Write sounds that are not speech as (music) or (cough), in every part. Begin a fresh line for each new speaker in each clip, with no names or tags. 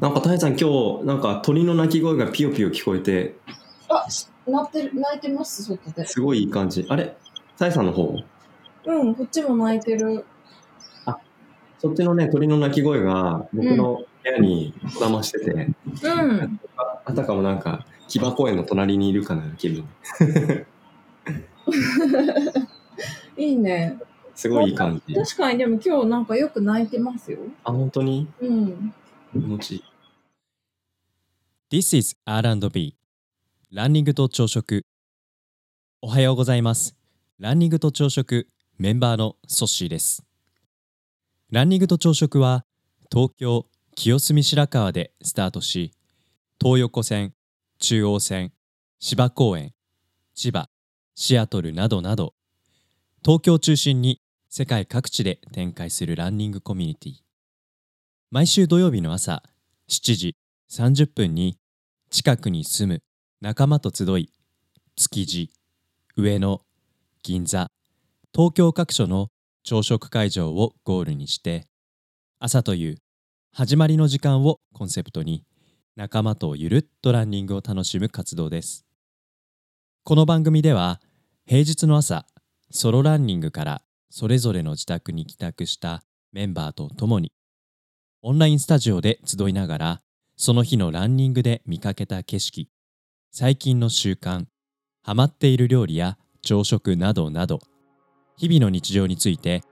なんか、たえさん、今日、なんか、鳥の鳴き声がピヨピヨ聞こえて、
あ、し鳴ってる、泣いてます、外で。
すごいいい感じ。あれたえさんの方
うん、こっちも泣いてる。
そっちのね、鳥の鳴き声が、僕の部屋にこだましてて、
うん。
あたかもなんか、木場公園の隣にいるかのような気分。
いいね。
すごいいい感じ。
確かに、でも今日なんかよく泣いてますよ。
あ、本当に
うん。
気持ちいい。
This is R&B ランニングと朝食おはようございますランニングと朝食メンバーのソッシーですランニングと朝食は東京清澄白河でスタートし東横線中央線芝公園千葉シアトルなどなど東京を中心に世界各地で展開するランニングコミュニティ毎週土曜日の朝7時30分に近くに住む仲間と集い築地上野銀座東京各所の朝食会場をゴールにして朝という始まりの時間をコンセプトに仲間とゆるっとランニングを楽しむ活動ですこの番組では平日の朝ソロランニングからそれぞれの自宅に帰宅したメンバーと共にオンラインスタジオで集いながらその日のランニングで見かけた景色、最近の習慣、ハマっている料理や朝食などなど、日々の日常について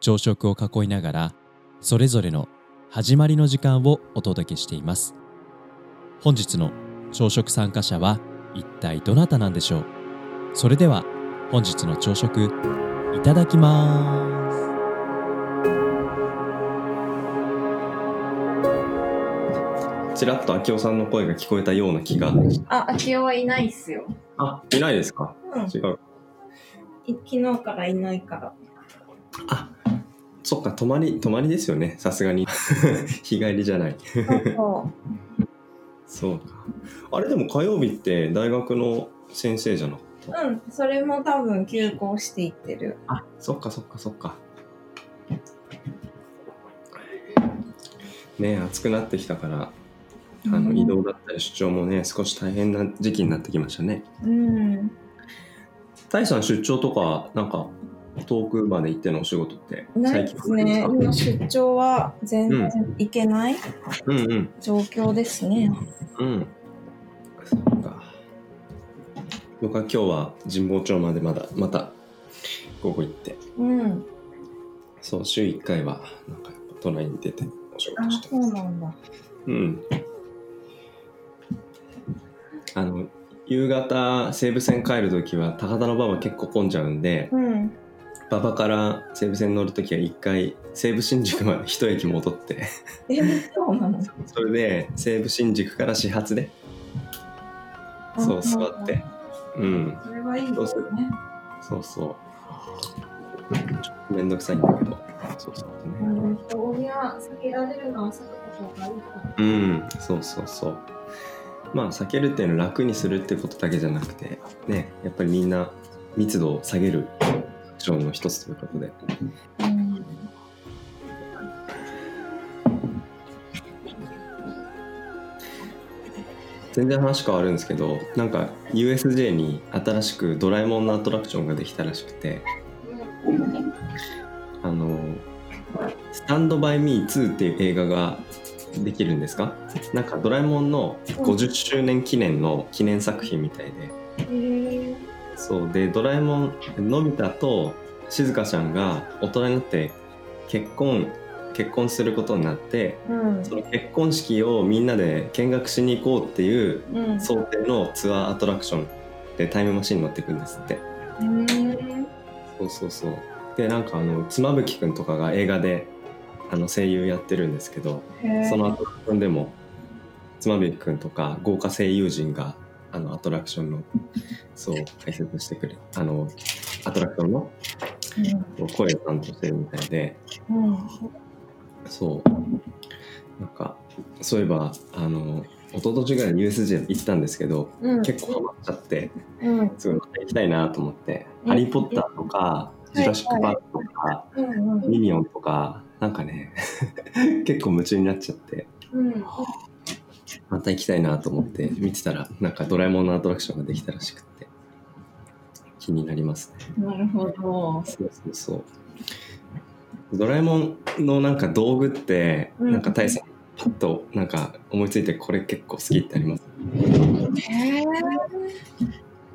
朝食を囲いながら、それぞれの始まりの時間をお届けしています。本日の朝食参加者は一体どなたなんでしょうそれでは本日の朝食、いただきます。
ちらっと秋夫さんの声が聞こえたような気が。
あ、秋夫はいないっすよ。
あ、いないですか
うん。
違う。
昨日からいないから。
あ、そっか、泊まり、泊まりですよね。さすがに。 (laughs) 日帰りじゃない。そうか。あれでも火曜日って大学の先生じゃなかった。
うん、それも多分休校していってる。
あ、そっかそっかそっか。ね暑くなってきたから、あの移動だったり出張もね、少し大変な時期になってきましたね。
うん。
タイさん出張とか、なんか、遠くまで行ってのお仕事って
ない
最
で
近
すね。
多いで
今
すか
出張は全然行けない
うんうん。
状況ですね。
うん。そっか。僕は今日は神保町までまだ、また午後行って、
うん。
そう、週1回は、なんかやっぱ都内に出てお仕
あ
事、して
そ
ます
う。なんだ。
うん。あの、夕方西武線帰るときは高田の馬場結構混んじゃうんで
うん。
馬場から西武線乗るときは一回西武新宿まで (laughs) 一駅戻って
え、そうなの
それで西武新宿から始発でそう
あ
座ってうん
それはいいですね。
そうそうちょっとめんどくさいんだけどそうそうね
うん、人には避けられるのは避けた方がいいか
うん、そうそうそう。まあ避けるっていうのは楽にするってことだけじゃなくて、ね、やっぱりみんな密度を下げるアクションの一つということで。
な。うん。
全然話変わるんですけど、なんか USJ に新しくドラえもんのアトラクションができたらしくて、あの、スタンドバイミー2っていう映画ができるんですかなんかドラえもんの50周年記念の記念作品みたいで、
へ
そうでドラえもんのび太としずかちゃんが大人になって結婚結婚することになって
うん
その結婚式をみんなで見学しに行こうっていう
うん。
想定のツアーアトラクションでタイムマシンに乗っていくんですって
うん。
そうそうそうでなんかあの妻夫木くんとかが映画であの声優やってるんですけど
へー
そのアトラクションでも妻夫木くんとか豪華声優陣があのアトラクションのそう解説してくれあのアトラクションの声を担当してるみたいで
うん。うん。
そうなんかそういえばあの一昨年ぐらいに USJ 行ったんですけど
うん。
結構ハマっちゃって
うん。
すごいまた行きたいなと思って「
うん
ハリー・ポッター」とか「
い
ジュラシック・パーク」とか
うん
「
う
(laughs)
ん。
ミニオン」とかなんかね結構夢中になっちゃって
うん。
た行きたいなと思って見てたら、なんかドラえもんのアトラクションができたらしくって、気になりますね。
なるほ
そ
ど。
うそうそう。ドラえもんのなんか道具って、
うん
なんか大佐、パッとなんか思いついて、これ結構好きってあります。
へえ。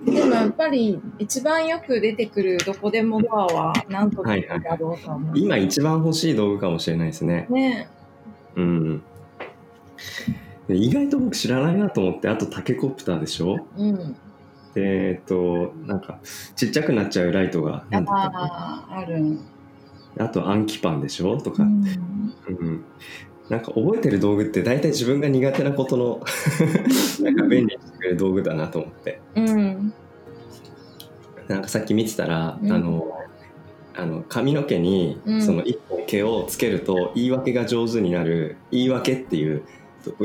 でもやっぱり一番よく出てくるどこでもドアは何とか
はいはい
だろうとは思う。
今一番欲しい道具かもしれないですね。
ね
うん。で意外と僕知らないなと思って、あとタケコプターでしょ
うん。
で、えっと、なんかちっちゃくなっちゃうライトが、なんだったか
ああ、ある。
なあと暗記パンでしょと
う
か、
ん
うん、なんか覚えてる道具って大体自分が苦手なことの (laughs) なんか便利にしてくれる道具だなと思って
うん。
なんかさっき見てたら、
うん
あのあの髪の毛に
うん
その一本毛をつけると言い訳が上手になる言い訳っていう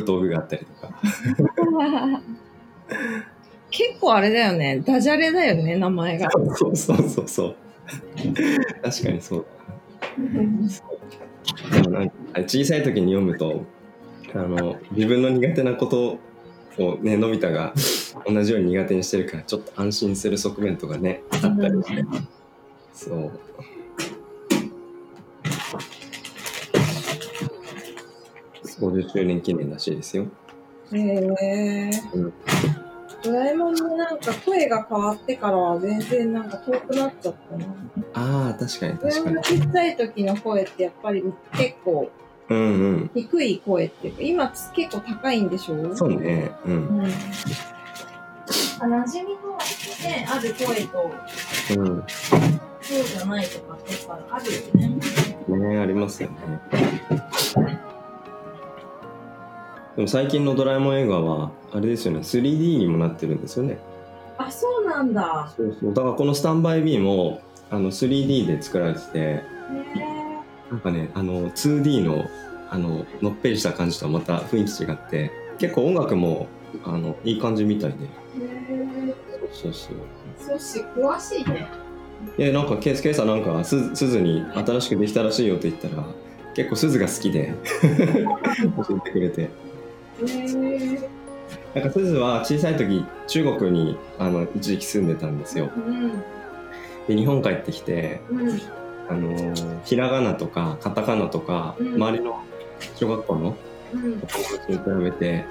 道具があったりとか
結構あれだよね。ダジャレだよね、名前が。
そうそうそうそう確かにそうでもなんか小さい時に読むとあの自分の苦手なことをねのび太が同じように苦手にしてるからちょっと安心する側面とかねあったりしてそう50周年記念らしいですよ
へえ
うん。
ドラえもんもなんか声が変わってからは全然なんか遠くなっちゃったな。
ああ確かに
自
確か
分
に
がちっちゃい時の声ってやっぱり結構
うんうん
低い声っていうか、今結構高いんでしょ
そうねう
うんん。
あ馴染みの、ね、ある声と
うん
そうじゃないとかってやっぱあるよね。
ねありますよねでも最近のドラえもん映画はあれですよね 3D にもなってるんですよね
あ、そうなんだ。
そうそうだからこの「スタンバイ B も」あの 3D で作られてて
へえ。
なんかねあの 2D のあののっぺりした感じとはまた雰囲気違って結構音楽もあのいい感じみたいで
へ
そうそう
そうし、詳しいね。
でなんかケースケイさんなんかすすずに新しくできたらしいよって言ったら結構すずが好きで (laughs) 教えてくれて
へえ。
なんかすずは小さい時中国にあの一時期住んでたんですよ
うん。
で日本帰ってきて
うん。
あのーひらがなとかカタカナとか、
うん
周りの小学校の
うん。
お友達に比べて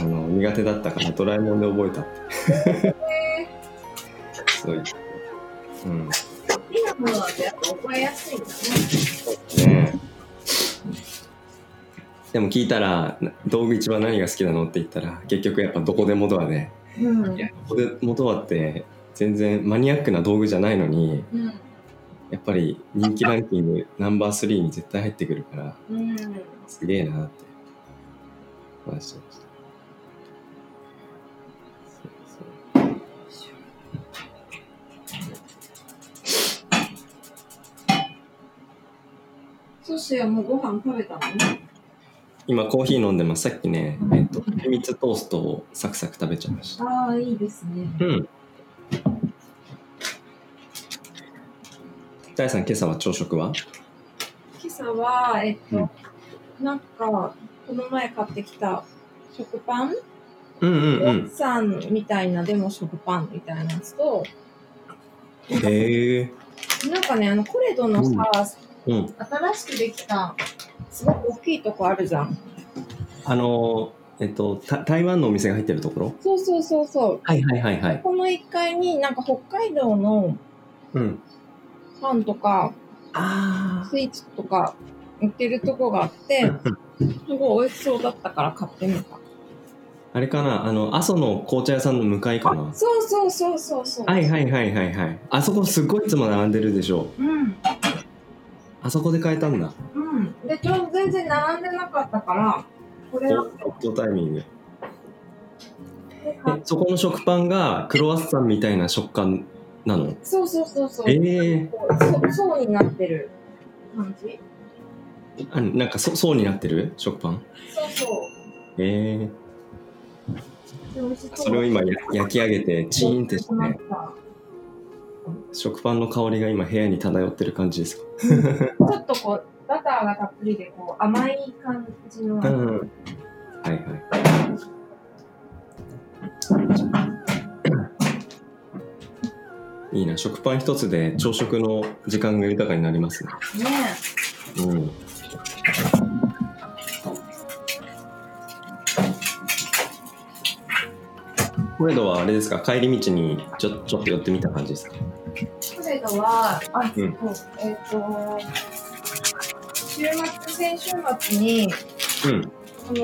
あの苦手だったからドラえもんで覚えたってそういううんね
今のはやっぱ覚えやすいんだね。
えでも聞いたらな道具一番何が好きなのって言ったら結局やっぱどこでもドアで
うん
いやどこでもドアって全然マニアックな道具じゃないのに
うん。
やっぱり人気ランキングナンバー3に絶対入ってくるから
うん。
すげえなって話してました。そう
ソシはもうご飯食べたの
今コーヒー飲んでます。さっきね、えっと、蜂蜜トーストをサクサク食べちゃいました。
ああ、いいですね。
うん。大さん、今朝は朝食は
今朝は、えっと、
うん
なんか、この前買ってきた食パン、
うんう
おっ。さんみたいな、でも食パンみたいなやつと、
へえ。
なんかね、あの、コレドのさ、
うん。
新しくできた、すごく大きいとこあるじゃん。
あのー、えっと、た台湾のお店が入ってるところ
そうそうそうそう。
はいはいはいはい。
この1階になんか北海道の
うん。
パンとか、
あ
スイーツとか売ってるとこがあって、すごい美味しそうだったから買ってみた。
あれかなあの、阿蘇の紅茶屋さんの向かいかな
そうそうそうそうそう。
はいはいはいはいはい。あそこすごいいつも並んでるでしょ。
うん。
あそこで買えたんだ。
うん。で、ちょうど全然並んでなかったから、これを
ホットタイミング。
買っ
えそこの食パンがクロワッサンみたいな食感なの
そうそうそうそう。
ええ
こうそう層になってる感じ
ー、あなんかそ層になってる食パン
そうそう。
ええー、
で美味しそう
それを今や焼き上げてチーンってして、ね、食パンの香りが今部屋に漂ってる感じですか
ちょっとこう、バターがたっぷりで、こう、甘い感じの。
うんはいはい。いいな、食パン一つで朝食の時間が豊かになりますね。
ね
うん。コエドはあれですか、帰り道にちょちょっと寄ってみた感じですか。
トレドは、あ、
うん
そうえっ、と、週末、先週末に、
うん。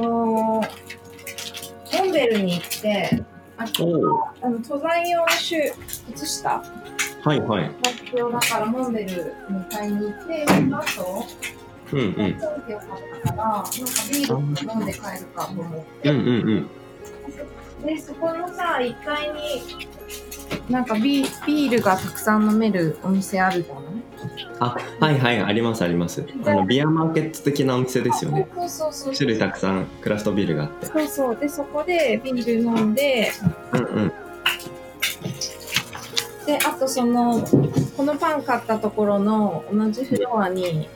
あのー、モンベルに行って、あ
おお。
あの登山用のシュー靴下、
はいはい。
バッグ用だからモンベルに買いに行って、その後、
うんう
持って
ん。
おいてよかったから、なんかビール飲んで帰るかと思って。
うんうんうん。
でそこのさ1階になんかビビールがたくさん飲めるお店あるじゃな
あ、はいはい、ありますあります。あの、ビアマーケット的なお店ですよ
い
ね。
そうそうそうそ
種
う
類たくさんクラフトビールがあって。
そうそうでそこでビール飲んで
うんうん。
であとそのこのパン買ったところの同じフロアに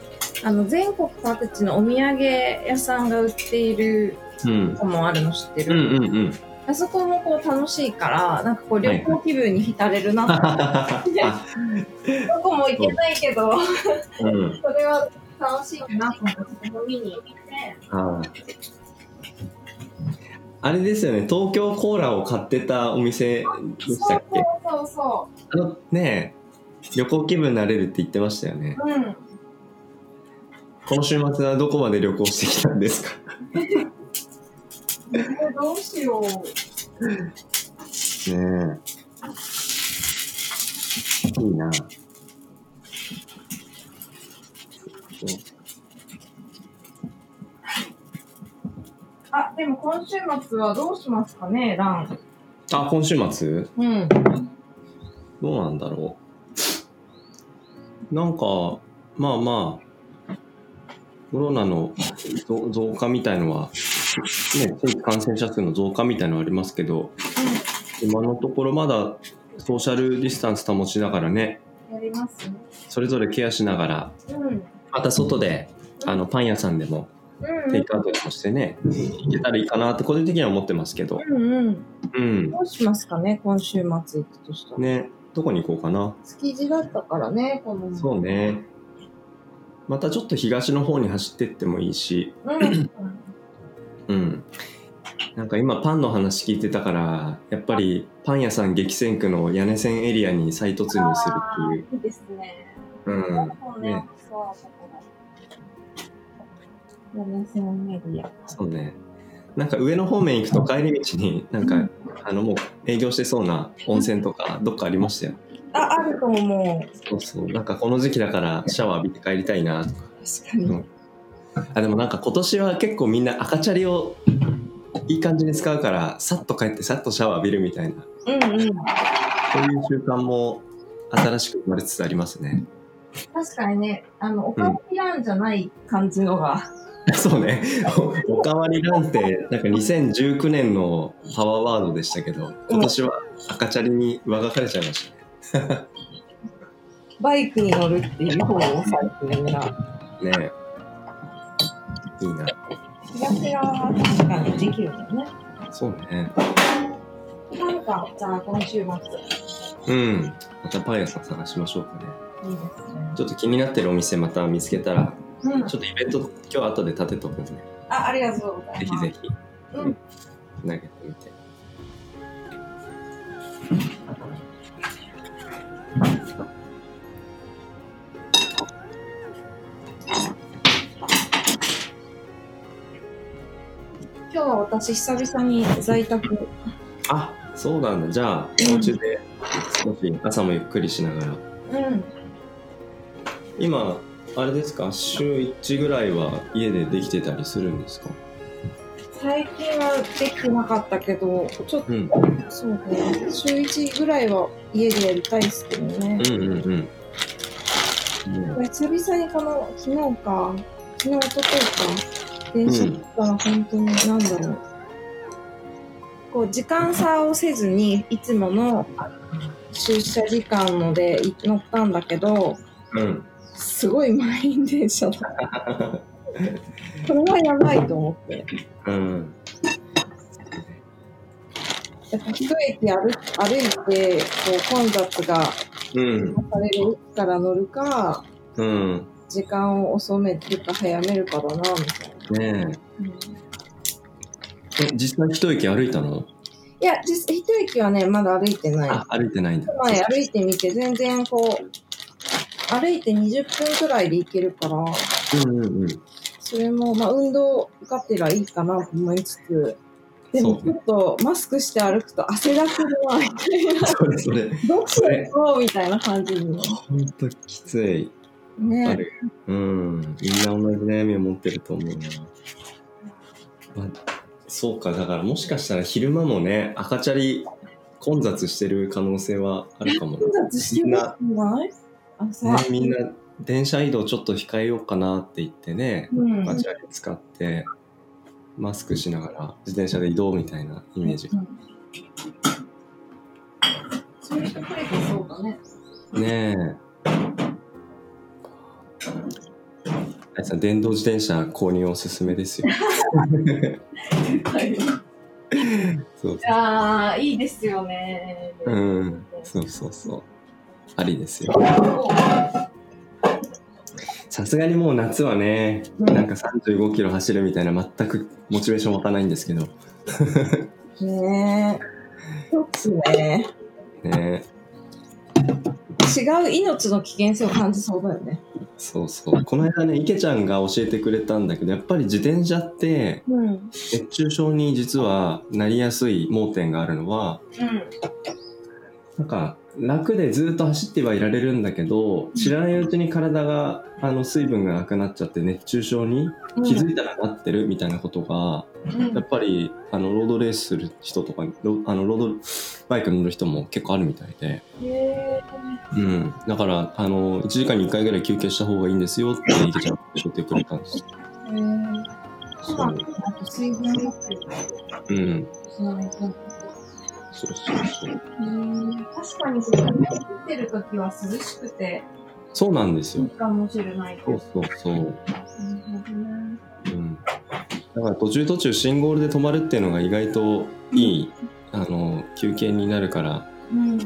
あの全国各地のお土産屋さんが売っている
うん。
とこもあるの知って
う
る、
んうんうん。
あそこもこう楽しいからなんかこう旅行気分に浸れるなっ
(laughs)
て、
あ
(laughs) どこも行けないけど
うん。
それは楽しいなと思って、飲みに行って、
あーあれですよね、東京コーラを買ってたお店でしたっけ
そうそ
あのねえ、旅行気分になれるって言ってましたよね
う。そう、うん。
この週末はどこまで旅行してきたんですか
どうしよう。
ねえ。いいな。
あ、でも今週末はどうしますかね、ラン。
あ、今週末
うん。
どうなんだろう。なんか、まあまあ、コロナの増増加みたいのは、ね、新規感染者数の増加みたいのはありますけど、今のところまだソーシャルディスタンス保ちながらね、
やります
それぞれケアしながら、
うん。うん。
また外で、あの、パン屋さんでも、テイクアウトでもしてね、行けたらいいかなって個人的には思ってますけど、
うんうん。
うん
ど。うしますかね、今週末行くとしたら。
ね、どこに行こうかな。
築地だったからね、この。
そうね。またちょっと東の方に走ってってもいいし、う
うん。
ん。なんか今パンの話聞いてたから、やっぱりパン屋さん激戦区の屋根線エリアに再突入するっていう。
いいですね。
うん。
そう
ね
ね。そう、あそこだ。ラメセンメディア。
そうね。なんか上の方面行くと帰り道になんか、あのもう営業してそうな温泉とかどっかありましたよ。
あ、あると思う。
そうそう。なんかこの時期だからシャワー浴びて帰りたいなとか。
確かに。
うんあ、でもなんか今年は結構みんな赤チャリをいい感じに使うから、さっと帰ってさっとシャワー浴びるみたいな。
うんう
そう
ん。
いう習慣も新しく生まれつつありますね。 (laughs)
確かにね、あの、お金いらんじゃない感じのが。
そうね。おかわりランって、なんか2019年のパワーワードでしたけど、今年は赤チャリに上書かれちゃいましたね。
バイクに乗るっていう方を最近みんな。
ねえいいな。
気が気が確かにできるよね。
そうね。
なんか、じゃあ今週末。いい
うん。またパン屋さん探しましょうかね。
ですね。
ちょっと気になってるお店また見つけたら、
うん。
ちょっとイベント今日後で立てとくんで、ぜ
あ、ありがとうござい
ひ
ます。
ぜひ
うん。
投げてみて。
今日は私久々に在宅。
あそうなんだ。じゃあ、お家で少し朝もゆっくりしながら。
うん。
今あれですか週1ぐらいは家でできてたりするんですか
最近はできてなかったけど、ちょっ
うん
と、そうね。週1ぐらいは家でやりたいですけどね。
うんうんうん
久々にこの昨日か昨日一昨日か電車とかは本当に何だろう、こう時間差をせずにいつもの出社時間のでい乗ったんだけど
うん
すごい満 (laughs) 員電車だこれはやばいと思って
うん
やっぱ一駅歩歩いてこう混雑が
うん。
されるから乗るか
うん。
時間を遅めるか早めるかだなみたいな。
ねえ。
うんい
え、実際一駅歩いたの
や実一駅はねまだ歩いてない。
あ、歩いてないんだ。
前歩いてみて全然こう歩いて20分くらいで行けるから
うんうんうん。
それも、まあ、運動がてらいいかなと思いつつでも
そう
ちょっとマスクして歩くと汗だくでは
それそれ。
どっちで行こうみたいな感じに
ほんときつい。あ
ね
る。うん。みんな同じ悩みを持ってると思うな。まあ、そうか、だからもしかしたら昼間もね、赤チャリ混雑してる可能性はあるかもね
混雑してるんじゃない朝、
ね、みんな電車移動ちょっと控えようかなって言ってね、
うん
ガチャリ使って、マスクしながら自転車で移動みたいなイメージが。
そういう人増えてそうだね。
ねえ。あいさん、電動自転車購入おすすめですよ。そう
ああ、いいですよね。
そう。うん。そうそうそう。ありですよ。さすがにもう夏はね、なんか35キロ走るみたいな全くモチベーション湧かないんですけど。
ねちょっとね
ね
違う命の危険性を感じそうだよね
そうそう。この間ね、池ちゃんが教えてくれたんだけど、やっぱり自転車って
うん
熱中症に実はなりやすい盲点があるのは、
うん。
なんか楽でずっと走ってはいられるんだけど知らないうちに体があの水分がなくなっちゃって熱中症に気づいたらなってるみたいなことが、
うん
やっぱりあのロードレースする人とかロあのロードバイク乗る人も結構あるみたいで、
へ
うん、だからあの1時間に1回ぐらい休憩した方がいいんですよって池ちゃんが教えてくれたんです
え。へ
そう
あと水分持ってる。
うん
つなげた
そうそうそう
確かに、それ雨降ってる時は涼しくて
そうなんです
い
よ
いかもしれないけ
そう
ど。
そうそう
なるほどね
うん、だから途中途中信号で止まるっていうのが意外といい、あの休憩になるから、
うん。
ね、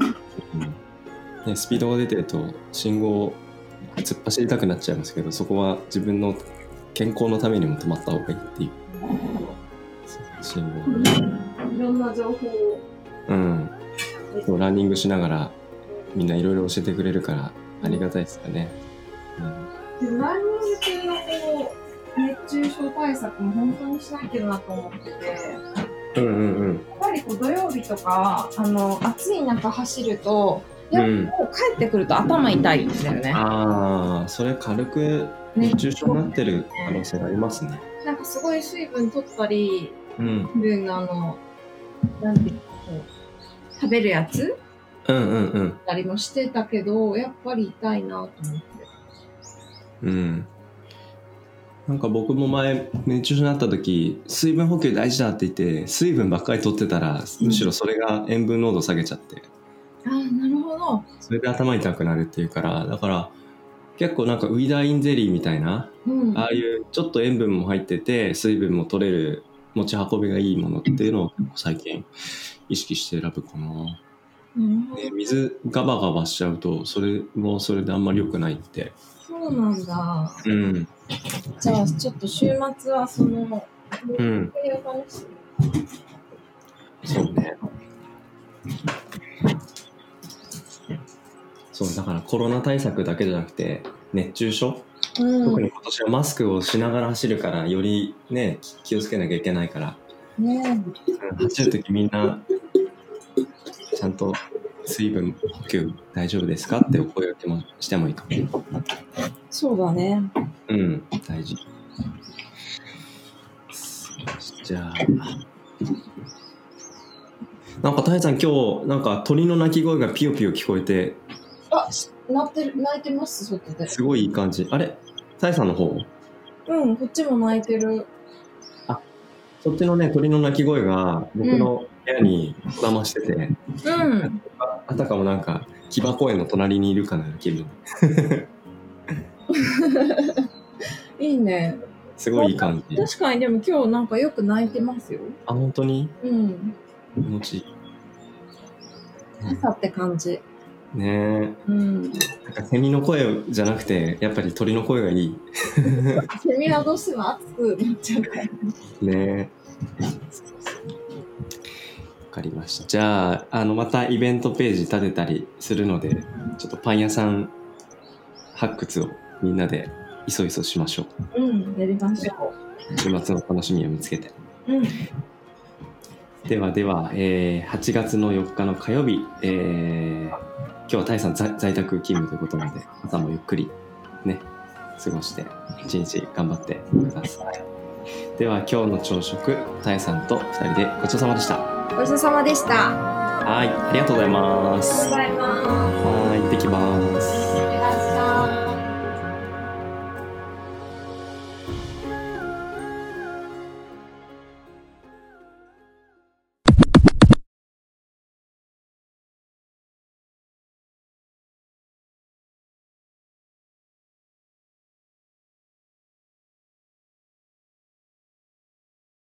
スピードが出てると信号を突っ走りたくなっちゃいますけどそこは自分の健康のためにも止まった方がいいっていうそう信号が
いろんな情報を。
うんそうランニングしながらみんないろいろ教えてくれるからありがたいですよね、うん
でもランニング中のこう熱中症対策も本当にしなきゃなと思ってて、やっ
うんうん
ぱりこう土曜日とか、
あの暑い中走ると
う
うんん
うん
もう帰ってくると頭痛いんだよね
ああそれ軽く熱中症になってる可能性がありますね
なんかすごい水分取ったり、
うん
自分のあの、なんていうのこう食べるやつ
うんうんうん
たりもしてたけど、やっぱり痛いなと思って。
うんなんか僕も前熱中症になった時水分補給大事だって言って水分ばっかり取ってたらむしろそれが塩分濃度下げちゃって
ああ、なるほど。
それで頭痛くなるっていうからだから結構なんかウィダーインゼリーみたいな
うん。
ああいうちょっと塩分も入ってて水分も取れる持ち運びがいいものっていうのを結構最近意識して選ぶかな、
うん
ね、水ガバガバしちゃうとそれもそれであんまり良くないって
そうなんだ
うん
じゃあちょっと週末はその
うんそうね。そう、だからコロナ対策だけじゃなくて、熱中症、特に今年はマスクをしながら走るから、よりね、き気をつけなきゃいけないから、
ね
走るときみんな、ちゃんと水分補給大丈夫ですかってお声掛けもしてもいいかも。
そうだね
うん、大事。じゃあ。なんか、たえさん、今日、なんか鳥の鳴き声がピヨピヨ聞こえて、
鳴ってる、泣いてます、外で。
すごいいい感じ。あれたえさんの方
うんこっちも泣いてる
そっちのね、鳥の鳴き声が僕の部屋にこだましてて、
うん
あたかもなんか、木場公園の隣にいるかのような気分。
いいね
すごいいい感じ。
確かにでも今日なんかよく泣いてますよ
あ、本当に
うん
気持ちいい。
朝って感じ。
ね
うん。
えなんかセミの声じゃなくてやっぱり鳥の声がいい
セミはどうしても暑くなっちゃうから。
ねわかりましたじゃああのまたイベントページ立てたりするのでちょっとパン屋さん発掘をみんなでいそいそしましょう
うん、やりましょ
週末の楽しみを見つけて
う。うん。
ではでは、えー8月の4日の火曜日、えー今日はタイさん在在宅勤務ということなので朝もゆっくりね過ごして一日頑張ってくださいでは今日の朝食タイさんと2人でごちそうさまでした
ごちそうさまでした。あ
はいありがとうございま
りがとう
す
ございます。
はい行ってきます